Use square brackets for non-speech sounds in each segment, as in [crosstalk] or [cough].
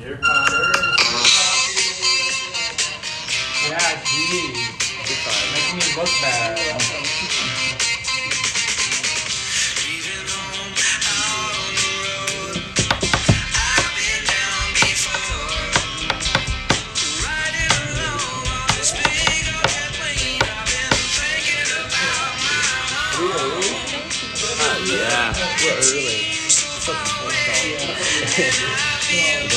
Dear Potter. Yeah, geez. Making me look bad. Oh, yeah. We're early.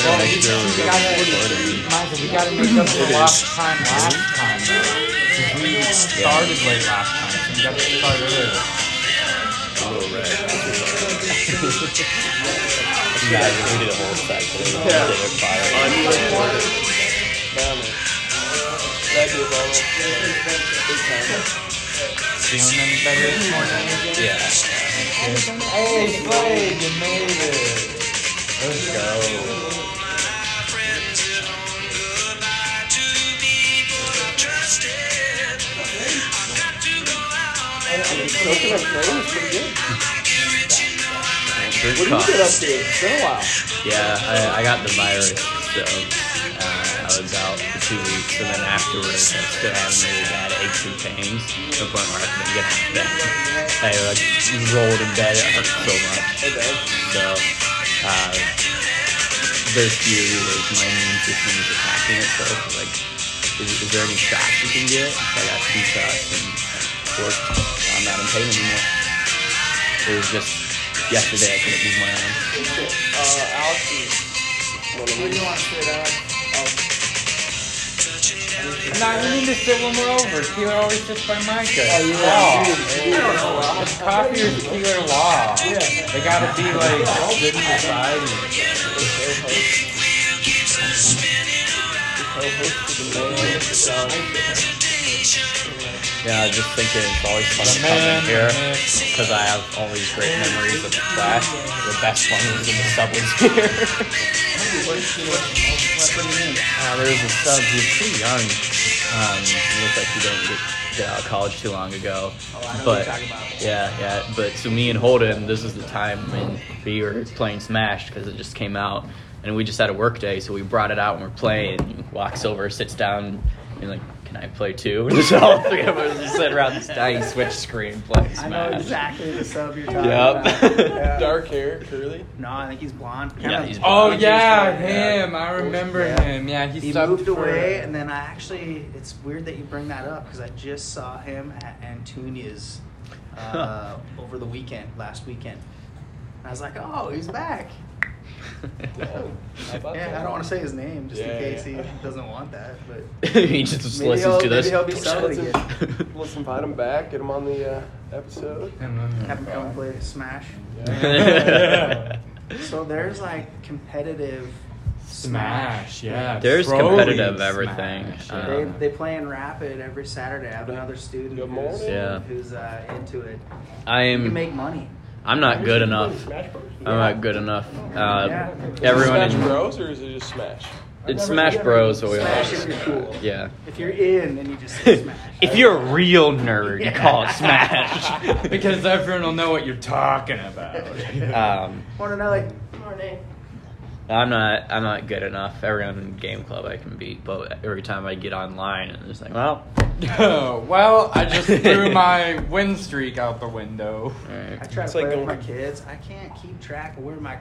Well, we, we gotta, Michael, we gotta make up for lost time last time, though. 'Cause we started late last time, so we gotta start earlier. Imagine we did a whole section. Yeah. They were fire. Feeling any better this morning? Yeah. Hey, Slade, you made it. Let's go. Drink What coffee. did you get up to? It's been a while. Yeah, I, I got the virus, so uh, I was out for two weeks, and then afterwards, I still had really bad aches and pains to the point where I couldn't get out of bed. I like rolled in bed; it hurt so much. Okay. So uh, there's theory that my immune system is attacking itself. Like, is, is there any shots you can get? So I got two shots, and worked. I'm not in pain anymore. It was just yesterday I couldn't move my arm. Uh, Alex is one of my. Nah, we need to sit when we're over. Keeler always sits by Micah. Oh, you Law. are. You are. Wow. It's coffee or Keeler law. They gotta be like good society. Yeah, I just think that it's always fun The man, the coming here myth. because I have all these great memories of class. The best one was in the sub [laughs] was here. uh, there was a sub, he was pretty young. Um, it looked like he didn't get, get out of college too long ago. Oh, but yeah, yeah. But so me and Holden, this is the time when we were playing Smash because it just came out, and we just had a work day, so we brought it out and we're playing. And he walks over, sits down, and like. Can I play too? [laughs] And so all three of us just sit around this tiny switch screen playing Smash. I know exactly the sub you're talking about. Yep. [laughs] Yeah. Dark hair, curly. No, I think he's blonde. Yeah, Kinda- he's blonde. Oh Kinda yeah, juiced up. him. I remember Yeah. him. Yeah, he, He subbed moved for- away, and then I actually, it's weird that you bring that up because I just saw him at Antunia's uh, over the weekend, last weekend. And I was like, oh, he's back. Oh, Yeah, I don't want to say his name just Yeah, in case yeah. he doesn't want that, but [laughs] [laughs] he just just Maybe listens to he'll- maybe this. he'll be subbing again. Let's invite him back. Get him on the uh, episode. Have him come and play Smash. [laughs] Yeah. [laughs] So there's like competitive Smash, yeah. There's Broly competitive everything. Smash, Um, They, yeah. they play in Rapid every Saturday. I have another student Good who's, morning. Yeah. who's uh, into it. You can I'm make money. I'm not good enough. Smash Bros. I'm not good enough. Yeah. Uh, Smash everyone Bros. Or is it just Smash? in, it's Smash Bros. What we Smash all- if you're cool. Yeah. If you're in, then you just [laughs] say smash. if you're a real nerd, you call it [laughs] Smash. because everyone will know what you're talking about. [laughs] [laughs] um, Want to know like I'm not I'm not good enough. Everyone in game club I can beat, but every time I get online and it's like, well, well, I just threw my win streak out the window. all I right. try It's to play like with my going- kids. I can't keep track of where my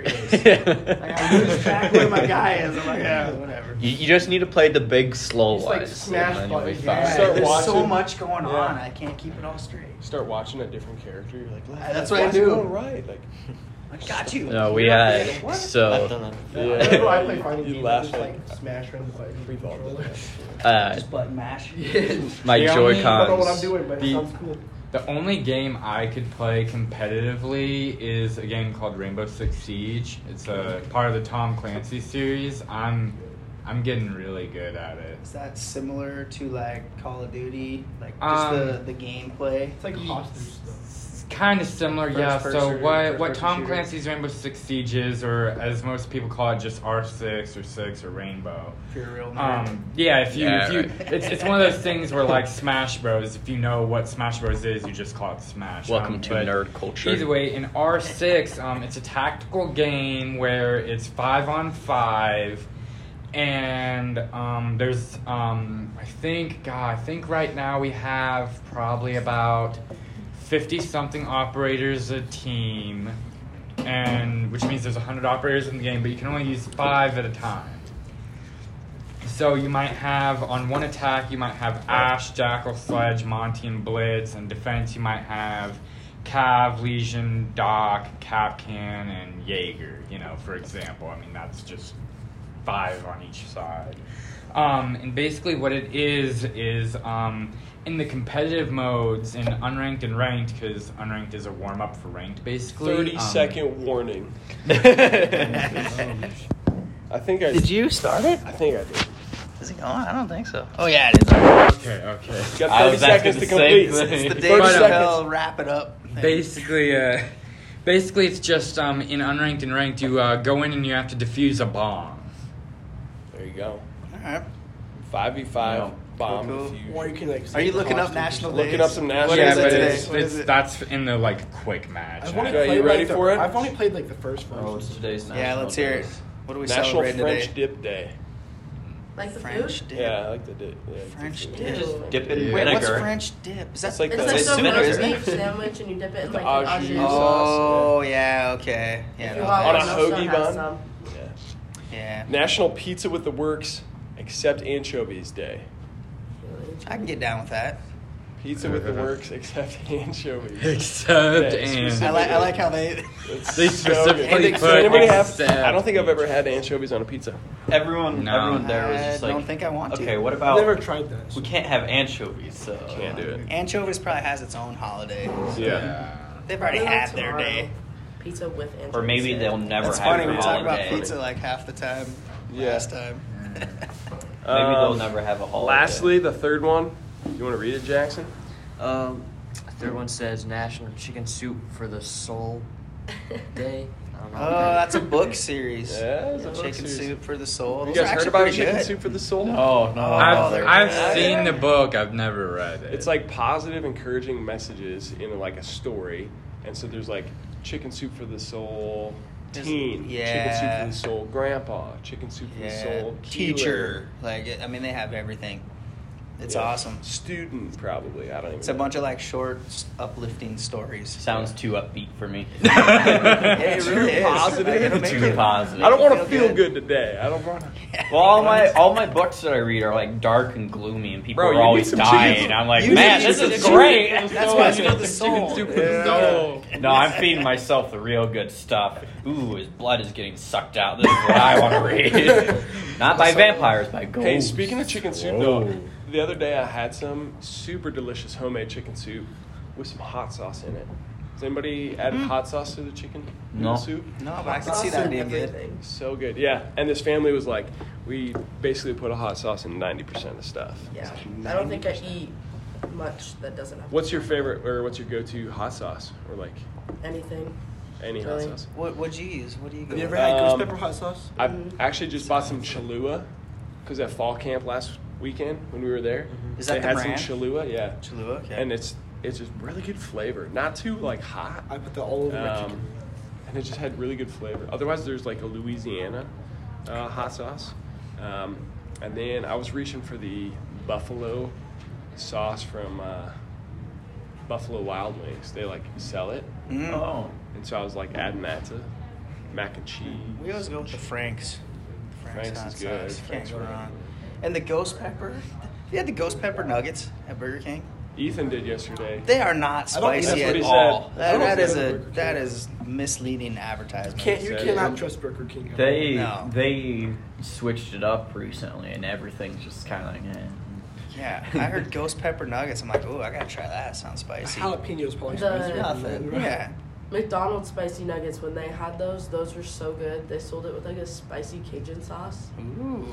[laughs] is. like I lose track of where my guy is. I'm like, yeah, whatever. You, you just need to play the big slow Just, like, ones. smash and then you'll be buttons, fine. Yeah, Start there's so watching. much going Yeah. on. I can't keep it all straight. Start watching a different character. You're like, Uh, that's why what I is it do. going Right. Like, I got you. No, we You're not had creative. What? so yeah. I play fighting you games. I laugh just, like. like smash around the fighting We've all [laughs] done that. uh, Just button mash. [laughs] my The Joy only- I don't know what I'm Cons. doing, but The- it sounds cool. The only game I could play competitively is a game called Rainbow Six Siege. It's a part of the Tom Clancy series. I'm I'm getting really good at it. Is that similar to like Call of Duty? Like just Um, the, the gameplay? It's like hostage stuff. S- kind of similar, First yeah. person So shooter, what first what person Tom shooter. Clancy's Rainbow Six Siege is, or as most people call it, just R six or six or Rainbow. If you're a real nerd. Um, yeah, if you, Yeah, if you right. it's, it's one of those things where like Smash Bros. If you know what Smash Bros. is, you just call it Smash. Welcome Um, to but nerd culture. Either way, in R six, um, it's a tactical game where it's five on five, and um, there's um, I think God, I think right now we have probably about fifty something operators a team, and which means there's hundred operators in the game, but you can only use five at a time. So you might have on one attack, you might have Ash, Jackal, Sledge, Monty, and Blitz, and defense you might have Cav, Legion, Doc, Capcan, and Jaeger. You know, for example, I mean that's just five on each side. Um, and basically, what it is is um, in the competitive modes in unranked and ranked, because unranked is a warm up for ranked, basically. Thirty um, [laughs] second warning. I think I Did you start it? I think I did. Is it on? I don't think so. Oh yeah, it is. on. Okay. Okay. You got I thirty was asking seconds to the same complete. thing. It's the But, Dave uh, Chappelle wrap it up. thing. basically uh, basically it's just um, in unranked and ranked you uh, go in and you have to defuse a bomb There you go. All right. Five v five bomb Cool, cool. diffusion. Or you can uh, like. Are you looking up Constitution. national days? Looking up some national. What is it but today? it's, What it's is it? that's in the like quick match I've only Okay, played, you ready like, the- for it? I've only played like the first one. Oh, it's today's Yeah, national let's hear it. days. What are we National celebrating French today? Dip Day. Like the French food? dip. Yeah, I like the dip. Yeah, French it's dip. Just dip it in Yeah. Wait, what's vinegar. French dip? Is that It's like It's the- like It's so vinegar, much isn't it? [laughs] beef sandwich and you dip it in The like an au au jus. jus. Oh yeah, okay. Yeah, If you no, want On a one, I'll still hoagie have bun? some. Yeah. yeah. National Pizza with the Works, except anchovies day. I can get down with that. Pizza [laughs] with the works, except [laughs] anchovies. except Yeah, and I like I like how they. It's [laughs] They specifically Does put anybody have, except- I don't think I've ever had anchovies on a pizza. Everyone, No. everyone there was just I like, don't think I want to. okay, what I've about never tried that. we can't have anchovies? So Can't do it. Anchovies probably has its own holiday. They've already Maybe had their tomorrow. day. Pizza with anchovies. Or maybe in it. they'll [laughs] never That's have funny. it We on talk about holiday. pizza like half the time. Yeah. [laughs] Last time. Maybe they'll never have a holiday. Um, Lastly, the third one. You want to read it, Jackson? Um, third one says National Chicken Soup for the Soul Day. I don't know. oh, Uh, that's a book series. Yeah, it's a book Chicken series. soup for the soul. You Those are guys heard actually about pretty Chicken good. Soup for the Soul? oh no, I've, they're I've good. seen the book I've never read it It's like positive, encouraging messages in like a story, and so there's like chicken soup for the soul There's- teen, chicken soup yeah. for the soul grandpa, chicken soup for Yeah. the soul healer, Teacher. Like I mean, they have everything. It's yeah, awesome. Student, probably. I don't even. It's a know. bunch of like short, uplifting stories. sounds too upbeat for [laughs] me. Yeah, it Too really is. positive. Like, it'll make Too it- positive. I don't [laughs] want to Feel feel good today. I don't want to. Well, all my all my books that I read are like dark and gloomy, and people Bro, you are need always some dying. cheese. I'm like, You man, need this some is cheese. great. That's why it's called the soul. soup for the Yeah. soul [laughs] No, I'm feeding myself the real good stuff. Ooh, his blood is getting sucked out. This is what I [laughs] want to read. Not by vampires, by ghosts. Hey, speaking of chicken soup, though, Whoa. the other day I had some super delicious homemade chicken soup with some hot sauce in it. Has anybody Mm. added hot sauce to the chicken No. soup? No, but I can see that being good. Everything. So good, yeah. And this family was like, we basically put a hot sauce in ninety percent of stuff. Yeah. I don't think I eat much that doesn't have What's your favorite, or what's your go-to hot sauce, or like anything. any Really? hot sauce? What would you use? What do you go? Have you ever with? had Um, ghost pepper hot sauce? I actually just bought some Cholula because at fall camp last weekend when we were there, Mm-hmm. Is they that the had brand? some Cholula, yeah. Cholula, okay. and it's it's just really good flavor, not too like hot, I put the all over my um, chicken. and it just had really good flavor. Otherwise, there's like a Louisiana uh, hot sauce, um, and then I was reaching for the buffalo sauce from uh, Buffalo Wild Wings. They like sell it, Mm. Oh. and so I was like adding that to mac and cheese. We always go with the Franks. Frank's hot is good. sauce. Can't Frank's go really wrong. And the ghost pepper. You had the ghost pepper nuggets at Burger King. Ethan did yesterday. They are not I don't think spicy that's at what he all. said. That, I don't that think is that's a what Burger that King- is misleading advertisement. Can't you Said- cannot trust Burger King? They No. they switched it up recently, and everything's just kind of like. Eh. Yeah, I heard ghost pepper nuggets. I'm like, ooh, I gotta try that. Sounds spicy. jalapenos probably The- spicy. Nothing. Yeah. McDonald's spicy nuggets when they had those, those were so good. They sold it with like a spicy Cajun sauce. Ooh.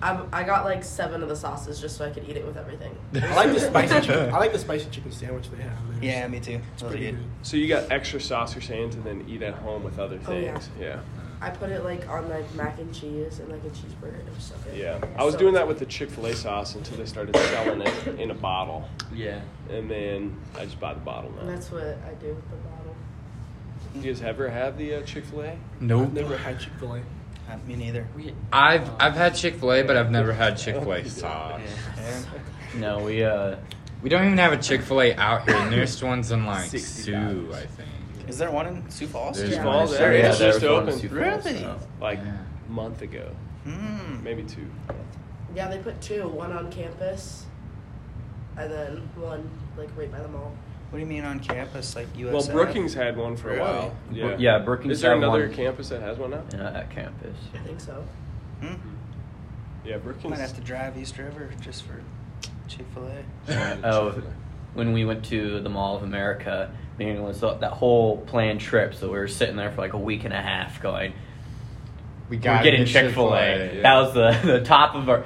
I, I got like seven of the sauces just so I could eat it with everything. I like the [laughs] spicy. chicken. I like the spicy chicken sandwich they have. There's- Yeah, me too. it's Those are pretty good. good. So you got extra sauce, you're saying, to then eat at home with other Oh, yeah. things. yeah. I put it like on like mac and cheese and like a cheeseburger. It was so good. Yeah, I was So- doing that with the Chick Fil A sauce until they started selling it in a bottle, Yeah. and then I just buy the bottle And now. that's what I do with the bottle. Do you guys ever have the uh, Chick Fil A? I've Nope. never had Chick Fil A. Uh, me neither. I've I've had Chick Fil A, but I've never had Chick Fil A sauce. [laughs] No, we uh. We don't even have a Chick Fil A out here. The nearest one's in like Sioux, I think. Is there one in Sioux Falls? There's Yeah. one in Falls Sioux. there is. yeah, It's there just was one in open. Sioux Falls, Really? so- Like Yeah. a month ago, Hmm. maybe two. Yeah, they put two, one on campus, and then one like right by the mall. What do you mean on campus? Like USF? Well, Brookings had one for a while. Really? Yeah, Yeah, Brookings Is there had another one. campus that has one now? Yeah, at campus. I think so. Hmm? Yeah, Brookings. Might have to drive East River just for Chick Fil A. [laughs] Oh, when we went to the Mall of America, me and was that whole planned trip. So we were sitting there for like a week and a half, going, We "We're getting Chick Fil A." That was the [laughs] the top of our,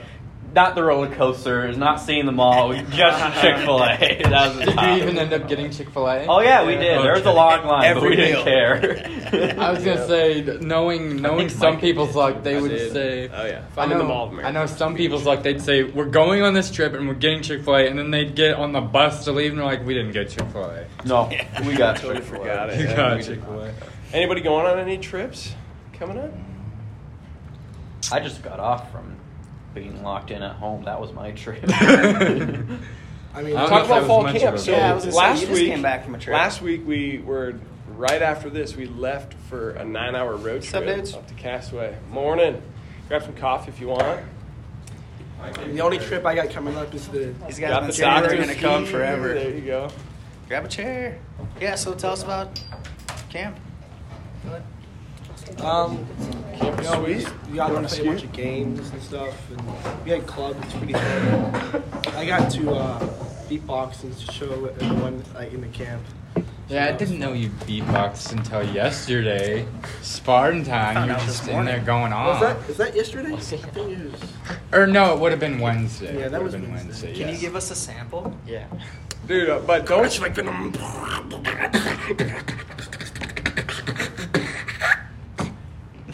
not the roller coasters, not seeing the mall, it was just Chick Fil A. That [laughs] was the Did you top. even end up getting Chick Fil A? Oh yeah, we did. There was a long line, but we Every didn't meal. care. I was gonna say, knowing knowing think some Mike people's did. luck, they I would did. say. Oh yeah, I I'm know, in the mall of I America. know some people's like they'd say we're going on this trip and we're getting Chick Fil A, and then they'd get on the bus to leave and they're like, we didn't get Chick Fil A. [laughs] no, we got Totally Chick-fil-A. forgot it. You Yeah, got we did. Chick Fil A. Anybody going on any trips coming up? I just got off from being locked in at home. That was my trip. [laughs] I mean, I don't know Talk if that about was fall much of camp. a So Yeah, I was gonna say, last you just week, came back from a trip. last week we were right after this. We left for a nine-hour road trip up to Castaway. Morning. Grab some coffee if you want. the only trip I got coming up is the These guys Got on the the chair are doctor's gonna come fee. forever. There you go. Grab a chair. Yeah. So tell us about camp. Um, Camp you know, we, sweet. we got You to wanna play a bunch scoot? of games and stuff, and we had clubs. It's pretty fun. I got to uh, beatbox and show everyone like in the camp. Yeah, I didn't know you beatboxed until yesterday. Spartan time, Found you were out this just in there morning. going Was on. that is that yesterday? I think it was. Or no, it would have been Wednesday. Yeah, that It would was have been Wednesday. Wednesday. Can you yes. give us a sample? Yeah. Dude, uh, but don't.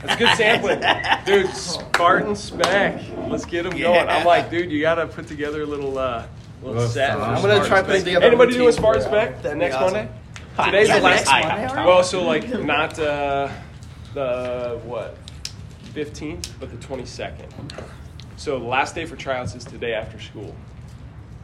That's good sampling. Dude, Spartan Smack. Let's get them going. I'm like, dude, you got to put together a little, uh, little Little set. song. for I'm gonna Spartan try putting Smack. together a Anybody do a routine Spartan for, uh, Smack that'd be next awesome. Monday? Today's the last I Monday. have time. Well, so like not uh, the what, fifteenth, but the twenty second. So the last day for tryouts is today after school.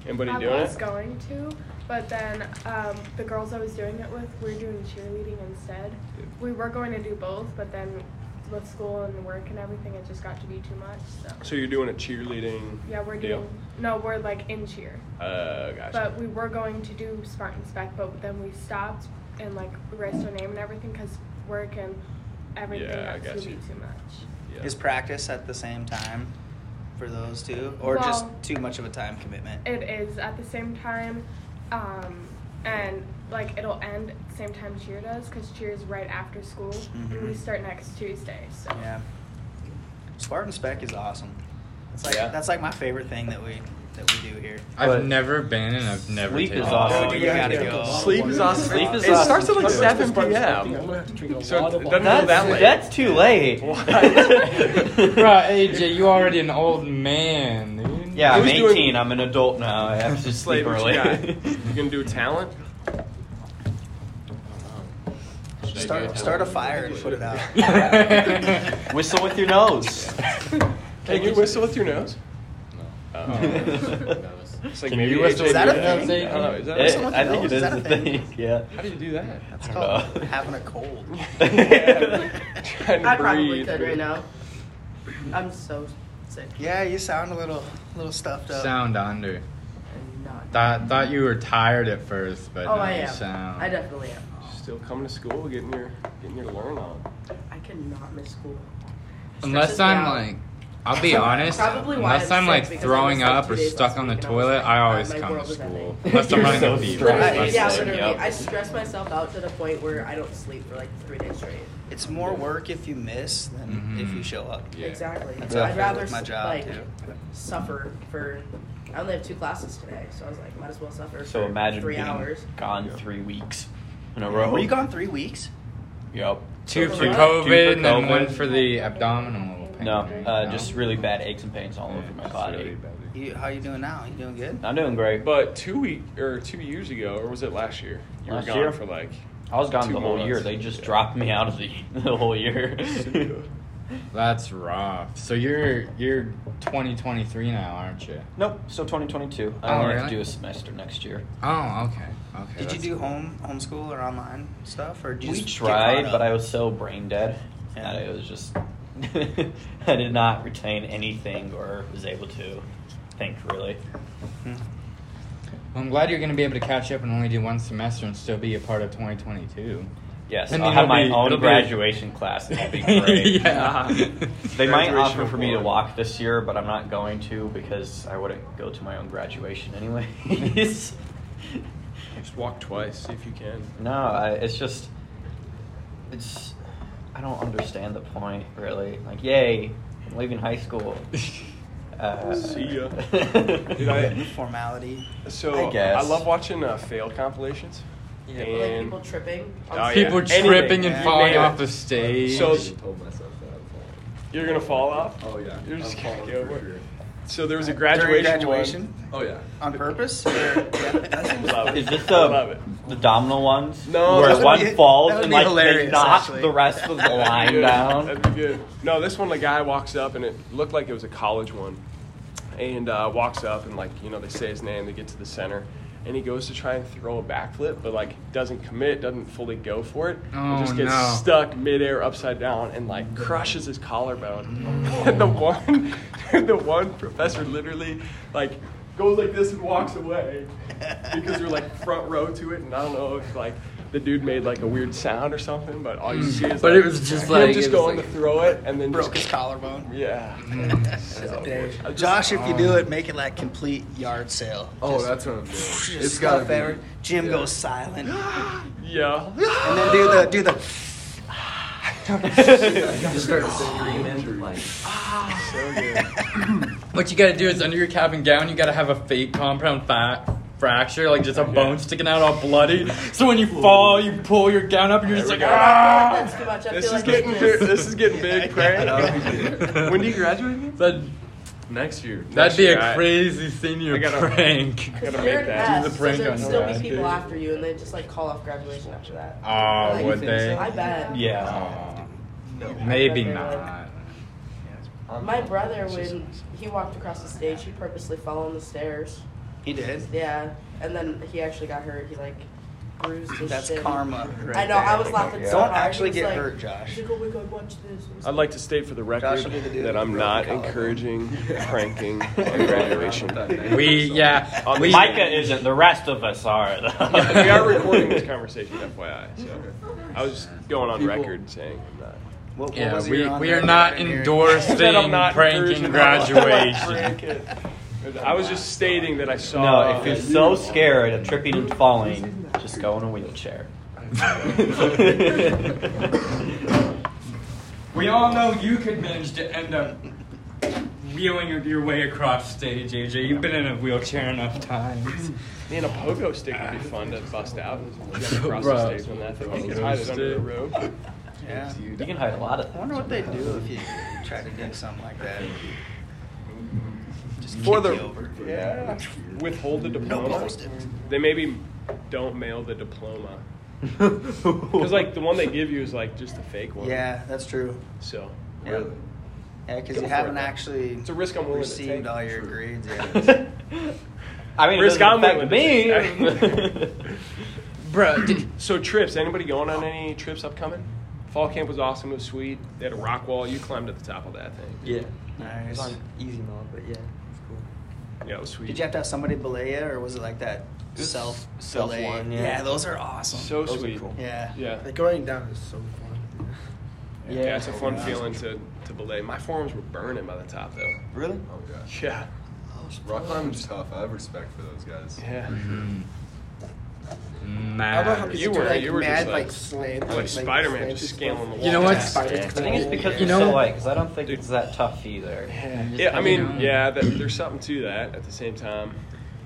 Anybody I doing was it? going to, but then um, the girls I was doing it with, we're doing cheerleading [laughs] instead. We were going to do both, but then with school and work and everything, it just got to be too much. So So you're doing a cheerleading. yeah, we're deal. doing. No, we're like in cheer, Uh, gotcha. but we were going to do Spartan Spec, but then we stopped and like erased our name and everything because work and everything Yeah, I got got to you. be too much. Yeah. Is practice at the same time for those two, or just Well- too much of a time commitment? It is at the same time, um, and like it'll end at the same time cheer does because cheer is right after school, and we Mhm. start next Tuesday. So Yeah. Spartan Spec is awesome. That's like Yeah. that's like my favorite thing that we that we do here. I've But- never been and I've never Sleep taken is it. awesome. Oh, you gotta go. Sleep is awesome. Sleep is it awesome. starts at like Sleep is 7 Spartan Smack thing, I'm p.m. gonna have to drink a So lot of it water. doesn't go That's, that late. that's too late. Bruh, AJ, you already an old man, dude. yeah, I'm Who's 18. doing- I'm an adult now. I have to Slade, sleep what early. you got? You gonna do talent? Start start a fire and put [laughs] it [laughs] out. Whistle with your nose. Can you whistle with your nose? Oh. It's like Can maybe you AJ whistle did with your nose, I don't AJ? know. Is that It- Whistle with I your think it nose? Is is that a the thing? thing. [laughs] Yeah. How do you do that? That's I don't called know. having a cold. [laughs] Trying to I probably breathe. could right now. I'm so sick Yeah, you sound a little little stuffed [laughs] up. Sound under. and not. Thought thought you were tired at first, but oh, now I you am. sound. I definitely am. Still coming to school, getting your getting your learn on. I cannot miss school. Unless Stresses me I'm out. like I'll be honest. [laughs] Probably why unless I'm I'm like sick, because I throwing missed, like, up two or days stuck last on the week, and I was toilet, like, I "God, always my come to world is school. ending." Unless I'm You're running [laughs] so a fever. stressed. I'm Right, yeah, sick. literally. yep. I stress myself out to the point where I don't sleep for like three days straight. It's more work if you miss than if Mm-hmm. you Mhm. show up. Yeah. Exactly. That's So how I I'd feel rather with my s- job, like too. suffer for. I only have two classes today, so I was like, might as well [laughs] suffer. So for imagine three being hours. gone three weeks in a row. Were you gone three weeks? Yep. Two Two for for COVID and then one COVID. for the abdominal pain. No, right? uh, No? just really bad aches and pains all over my It's body. really bad. You, how you doing now? You doing good? I'm doing great. But two week or two years ago, or was it last year? You Last were gone year? for like. I was gone Two the whole months. year. They just Yeah. dropped me [laughs] out of the, the whole [laughs] year. That's rough. So you're you're 2023 now, aren't you? nope. So 2022. I Oh, only have really? to do a semester next year. Oh, okay. Okay. Did you that's do cool. home homeschool or online stuff, or did you we just get tried, caught but I up? was so brain dead Yeah. that it was just [laughs] I did not retain anything or was able to think really. Hmm. Well, I'm glad you're going to be able to catch up and only do one semester and still be a part of 2022. Yes, I mean, I'll have it'll my be- it'll own be- graduation class. It'll [laughs] be great. Oh, Yeah. They might Graduation offer for me to award. walk this year, but I'm not going to because I wouldn't go to my own graduation anyways. [laughs] Just walk twice, see if you can. No, I, it's just, it's, I don't understand the point really. Like, yay, I'm leaving high [laughs] school. Uh, See [laughs] ya. Did I- formality. So I guess. love watching uh, fail compilations. Yeah. Like And people tripping. Oh, yeah. People Anything. tripping and Yeah. falling Yeah. off the stage. So- So, told myself that. you're gonna fall off. Oh yeah. You're just I'm gonna falling go for over. sure. So there was a During graduation. graduation Oh yeah. on purpose. Or, yeah, that seems Love fun. it. Is this I love the it. the domino ones? No, that where would one be- falls that would and be like they hilarious, knock actually. the rest of [laughs] the That'd be line good. down? That'd be good. No, this one, the guy walks up and it looked like it was a college one, and uh, walks up and like you know they say his name, they get to the center, and he goes to try and throw a backflip, but like doesn't commit, doesn't fully go for it, Oh, and just gets no. stuck midair upside down and like crushes his collarbone. [laughs] and the one, the one professor literally like goes like this and walks away because we're like front row to it, and I don't know if like. The dude made like a weird sound or something, but all you see is Mm. But like, it was just him like- just it was going like- to throw it and then broke his just collarbone. yeah. Mm. [laughs] Uh, Josh, if you do it, make it like complete yard sale. um, Oh, Just- that's what I'm doing. just It's stuff gotta be. every- Jim yeah. goes [gasps] silent, Yeah. and then do the do the. Just start screaming. Like, [laughs] what you got to do is under your cap and gown, you got to have a fake compound fat fracture, like just a bone sticking out all bloody. So when you fall, you pull your gown up and you're just like, ah! That's too [laughs] much. I This feel is like getting it's big, [laughs] this is getting [laughs] big, Craig. that'd be- [laughs] when do you graduate? again? That, Next year. that'd be a I- crazy senior I gotta- prank. I gotta You're make an that. Do S, the so prank there'd on still that. be people after you, and they just like call off graduation after that. Oh, Like, would they? I bet. Yeah. Aw, no. maybe But they're not. My brother, when he walked across the stage, he purposely fell on the stairs. He did. Yeah, and then he actually got hurt. He like bruised his That's shin. karma. Right I know. There. I was laughing so Don't hard. actually He was get like- hurt, Josh. He's like, oh my god, watch this. It was I'd like to state for the record Josh will be the dude that with I'm the not broken encouraging [laughs] [laughs] pranking on graduation. We yeah. We, Micah isn't. The rest of us are. though. [laughs] we are recording this conversation, FYI. So I was just going on record saying I'm not. What, what Yeah, was we, your on we there? are not Your- [laughs] endorsing Said I'm not pranking encouraging anyone to graduation. prank it. I was just stating that I [laughs] saw. No, if you're so scared of tripping and falling, just go in a [laughs] wheelchair. we all know you could manage to end up wheeling your way across stage, AJ. You've been in a wheelchair enough times. Man, a pogo stick would be fun to bust out and jump across Bruh. the stage with that thing. You could hide it under the rope. Yeah. You can hide a lot of I things. wonder what they do if you try to do something like that. Just For kick the- you over. Yeah. Withhold the No diploma. post it. They maybe don't mail the diploma. Because, like, the one they give you is, like, just a fake one. Yeah, that's true. So, Yeah, Really? because Go you for it, haven't though. actually It's a risk I'm willing to received take. all your grades [laughs] yet. I mean, Risk it I'm doesn't affect willing me. [laughs] Bro, did, so trips. Anybody going on any trips upcoming? Fall camp was awesome. It was sweet. They had a rock wall. You climbed to the top of that thing. Yeah. nice. It's on easy mode, but yeah, it's cool. Yeah, it was sweet. Did you have to have somebody belay it, or was it like that was self self belay? one, yeah. those are awesome. so Those are sweet. cool. yeah. Yeah. Like going down is so fun. Yeah, it's a fun feeling to to belay. My forearms were burning by the top though. Really? Oh gosh. Yeah. Rock climbing's tough. I have respect for those guys. Yeah. Mm-hmm. I love how Mad. people You do, were- like you were just, mad, like- like, slant, like Spider-Man just scaling the You know wall. what? Spider-Man. I think it's because You you know know so what? light, 'cause I don't think it's that tough either. Yeah, I mean, kinda- yeah, that, there's something to that. At the same time,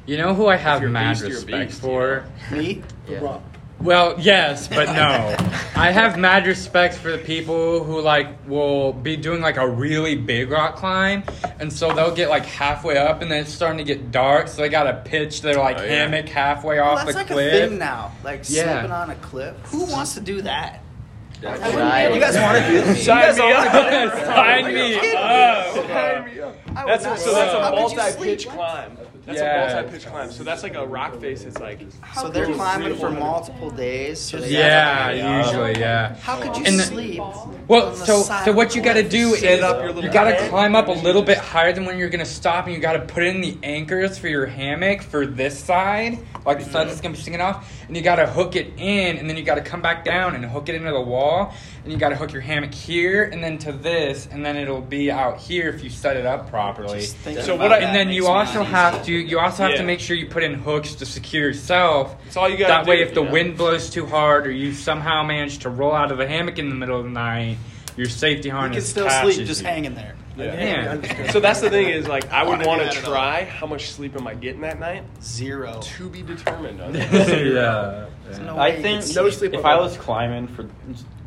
You know who I have you're a mad beast, you're a respect beast, you for? Me? Yeah. Rock. Well, yes, but no. I have mad respect for the people who like will be doing like a really big rock climb, and so they'll get like halfway up, and then it's starting to get dark, so they gotta pitch their like Oh, yeah. hammock halfway Well, off that's the like cliff. a thing now. Like Yeah. sleeping on a cliff. Who wants to do that? [laughs] Right. [laughs] You guys want to do this? sign me all up. [laughs] sign me Kidding me. up. I would That's not a, so that's a How could you multi-pitch sleep? climb. That's Yeah. a multi-pitch climb. So that's like a rock face. It's like So they're climbing for multiple days. So they Yeah, usually, yeah. How could you And the- sleep? Well, on the so side so of what the you got to cliff? do Sit is up your little you got to head. climb up a little bit higher than when you're gonna stop, and you got to put in the anchors for your hammock for this side, like the side Mm-hmm. that's gonna be sticking off, and you got to hook it in, and then you got to come back down and hook it into the wall, and you got to hook your hammock here, and then to this, and then it'll be out here if you set it up properly. Just think So about what I- that And then makes you me also uneasy. have to you also have Yeah. to make sure you put in hooks to secure yourself. It's all you gotta That way, do, if the you know? wind blows too hard, or you somehow manage to roll out of the hammock in the middle of the night, your safety You harness can still catches sleep, just you. [laughs] [laughs] hanging there. yeah. Yeah. So that's the thing is like I would Wanna do want that to at all. try. How much sleep am I getting that night? Zero. To be determined. [laughs] On yeah. There's no way I you think could No sleep. sleep if I was climbing for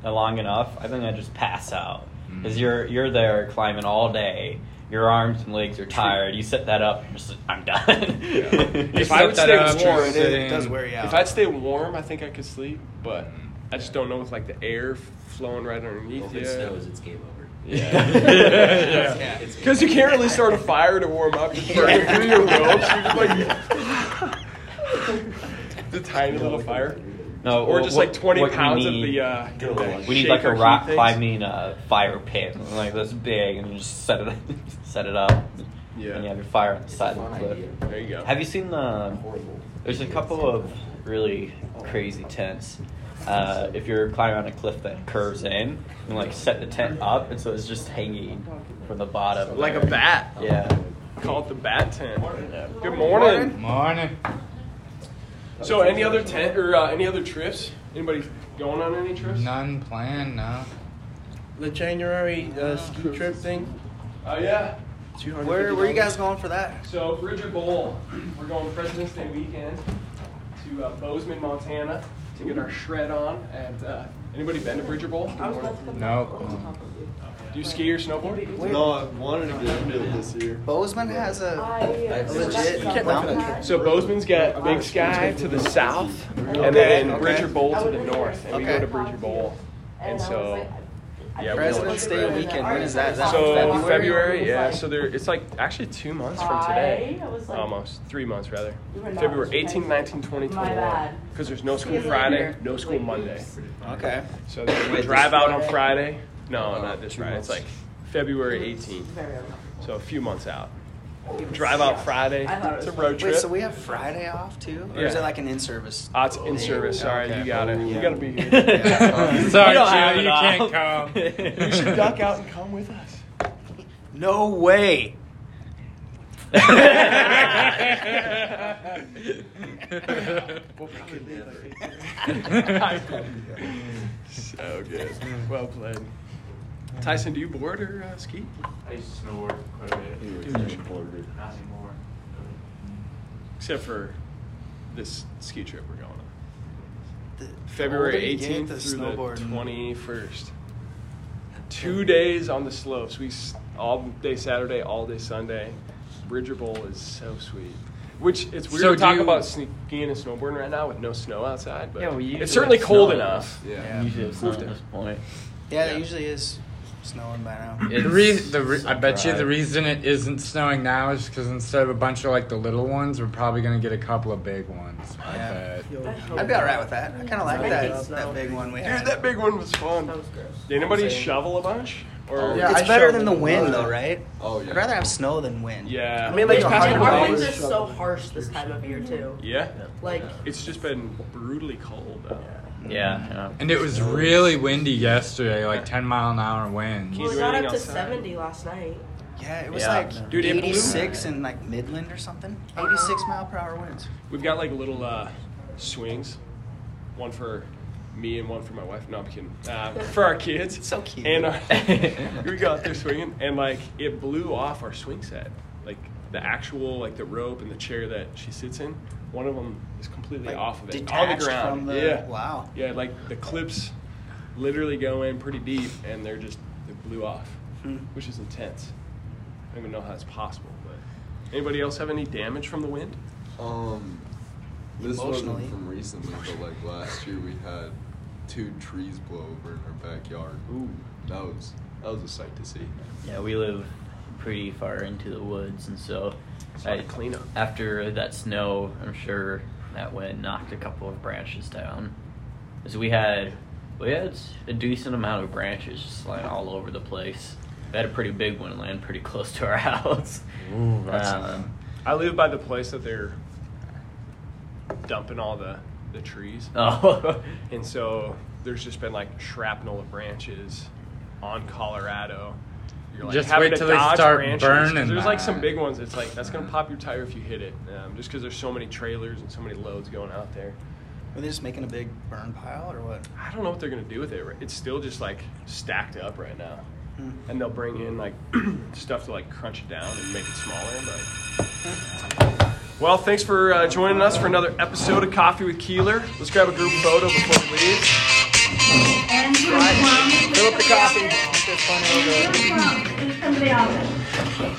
long enough, I think I'd just pass out. Mm. Because you're you're there climbing all day. Your arms and legs are tired. You set that up, you're just, I'm done. [laughs] If You I would set stay that up, warm, you're it sitting- It does wear you out. If I'd stay warm, I think I could sleep. But I just don't know with like the air flowing right underneath Well, if you. it snows, it's game over. [laughs] [laughs] Yeah. Yeah. It's game Because you can't really start a fire to warm up. You're burning through your ropes. You're just like [laughs] the tiny little fire, no, or what- just what- like 20 what we pounds need- of the. Uh, the We need like a shaker rock things. climbing uh, fire pit, like this big, and you just set it [laughs] set it up. Yeah. And you have your fire on the side of fun the cliff. idea. There you go. Have you seen the? Horrible. There's a couple of really crazy tents. Uh, if you're climbing on a cliff that curves in, and like set the tent up, and so it's just hanging from the bottom. like a bat? Yeah. Call it the bat tent. Good morning. Morning. So, any other tent or uh, any other trips? Anybody going on any trips? None planned, no. The January uh, ski trip thing. Oh yeah. Where where you guys going for that? So Bridger Bowl, [clears throat] we're going President's Day weekend to uh, Bozeman, Montana, to get our shred on. At uh, anybody been to Bridger Bowl? Nope. Do you ski or snowboard? No, I wanted to get into it this year. [laughs] Bozeman has a I a legit mountain. So Bozeman's got Big Sky to the south, and then Bridger Bowl to the north, and we go to Bridger Bowl. And so, yeah, we don't- President's Day weekend. When is that? Is that so February? February, yeah. So there, it's like actually two months from today, almost three months rather. February 18, 19, 20, 21. Because there's no school Friday, no school Monday. Okay. So then we drive out on Friday. No, Oh, not this Friday. It's like February Hmm. 18th. So a few months out. Drive out Friday. It's a road trip. Wait, so we have Friday off too? Or is Yeah. it like an in-service? Ah, it's in service. Sorry, you got it. You got to [laughs] be here. Um, Sorry, Joe, you [laughs] can't come. you should duck out [laughs] and come with us. No way. so good. Well played. Tyson, do you board or uh, ski? I used to snowboard quite a bit, not anymore. Except for this ski trip we're going on. The- February the older you get, 18th the through snowboard- the 21st. Two days on the slopes. We s- all day Saturday, all day Sunday. Bridger Bowl is so sweet. Which it's weird So to talk do you- about skiing and snowboarding right now with no snow outside, but Yeah, we usually it's certainly have cold snow. enough. Yeah. Yeah, Usually it's not at this point. yeah, Yeah. it usually is snowing by now. The re- the re- It's I bet you the dry. reason it isn't snowing now is because instead of a bunch of like the little ones, we're probably gonna get a couple of big ones. I Yeah. bet. I'd be all right with that. I kind of like that that big one we had. Dude, that big one was fun. Did anybody shovel a bunch? Or Yeah, it's I better shoveled than the a lot. wind though, right? Oh yeah. I'd rather have snow than wind. yeah. I mean, like, These a past hundred couple Our dollars. days- winds are so harsh this time of year too. Yeah. Like It's just been brutally cold. Though. Yeah. yeah. And it was really windy yesterday, like 10 mile an hour winds. Well, it got up to 70 last night. Yeah, it was Yeah. like Dude, it blew- 86 in like Midland or something. 86 mile per hour winds. We've got like little uh, swings, one for me and one for my wife. No, I'm kidding. Uh, for our kids. so cute. And [laughs] our, we go out there swinging, and like it blew off our swing set, like the actual like the rope and the chair that she sits in. One of them is completely Like, off of it, on detached the ground. from the- yeah. wow. Yeah, like the clips literally go in pretty deep, and they're just they blew off, Hmm. which is intense. I don't even know how it's possible, but anybody else have any damage from the wind? Um, this Emotionally. wasn't from recently, but like last year we had two trees blow over in our backyard. Ooh, that was that was a sight to see. Yeah, we live pretty far into the woods, and so It's not a cleanup. after that snow, I'm sure that wind knocked a couple of branches down. Because we had we had a decent amount of branches just lying all over the place. We had a pretty big one land pretty [laughs] close to our house. Ooh, that's um, I live by the place that they're dumping all the, the trees. [laughs] Oh. and so there's just been like shrapnel of branches on Colorado. You're like Just having wait to till they dodge start branches, 'cause burning There's like some that. big ones. It's like that's gonna pop your tire if you hit it, um, just because there's so many trailers and so many loads going out there. Were they just making a big burn pile or what? I don't know what they're gonna do with it. right- It's still just like stacked up right now, Hmm. and they'll bring in like [clears throat] stuff to like crunch it down and make it smaller. But well, thanks for uh, joining us for another episode of Coffee with Keeler. Let's grab a group photo before we leave. Fill up the coffee. Somebody else.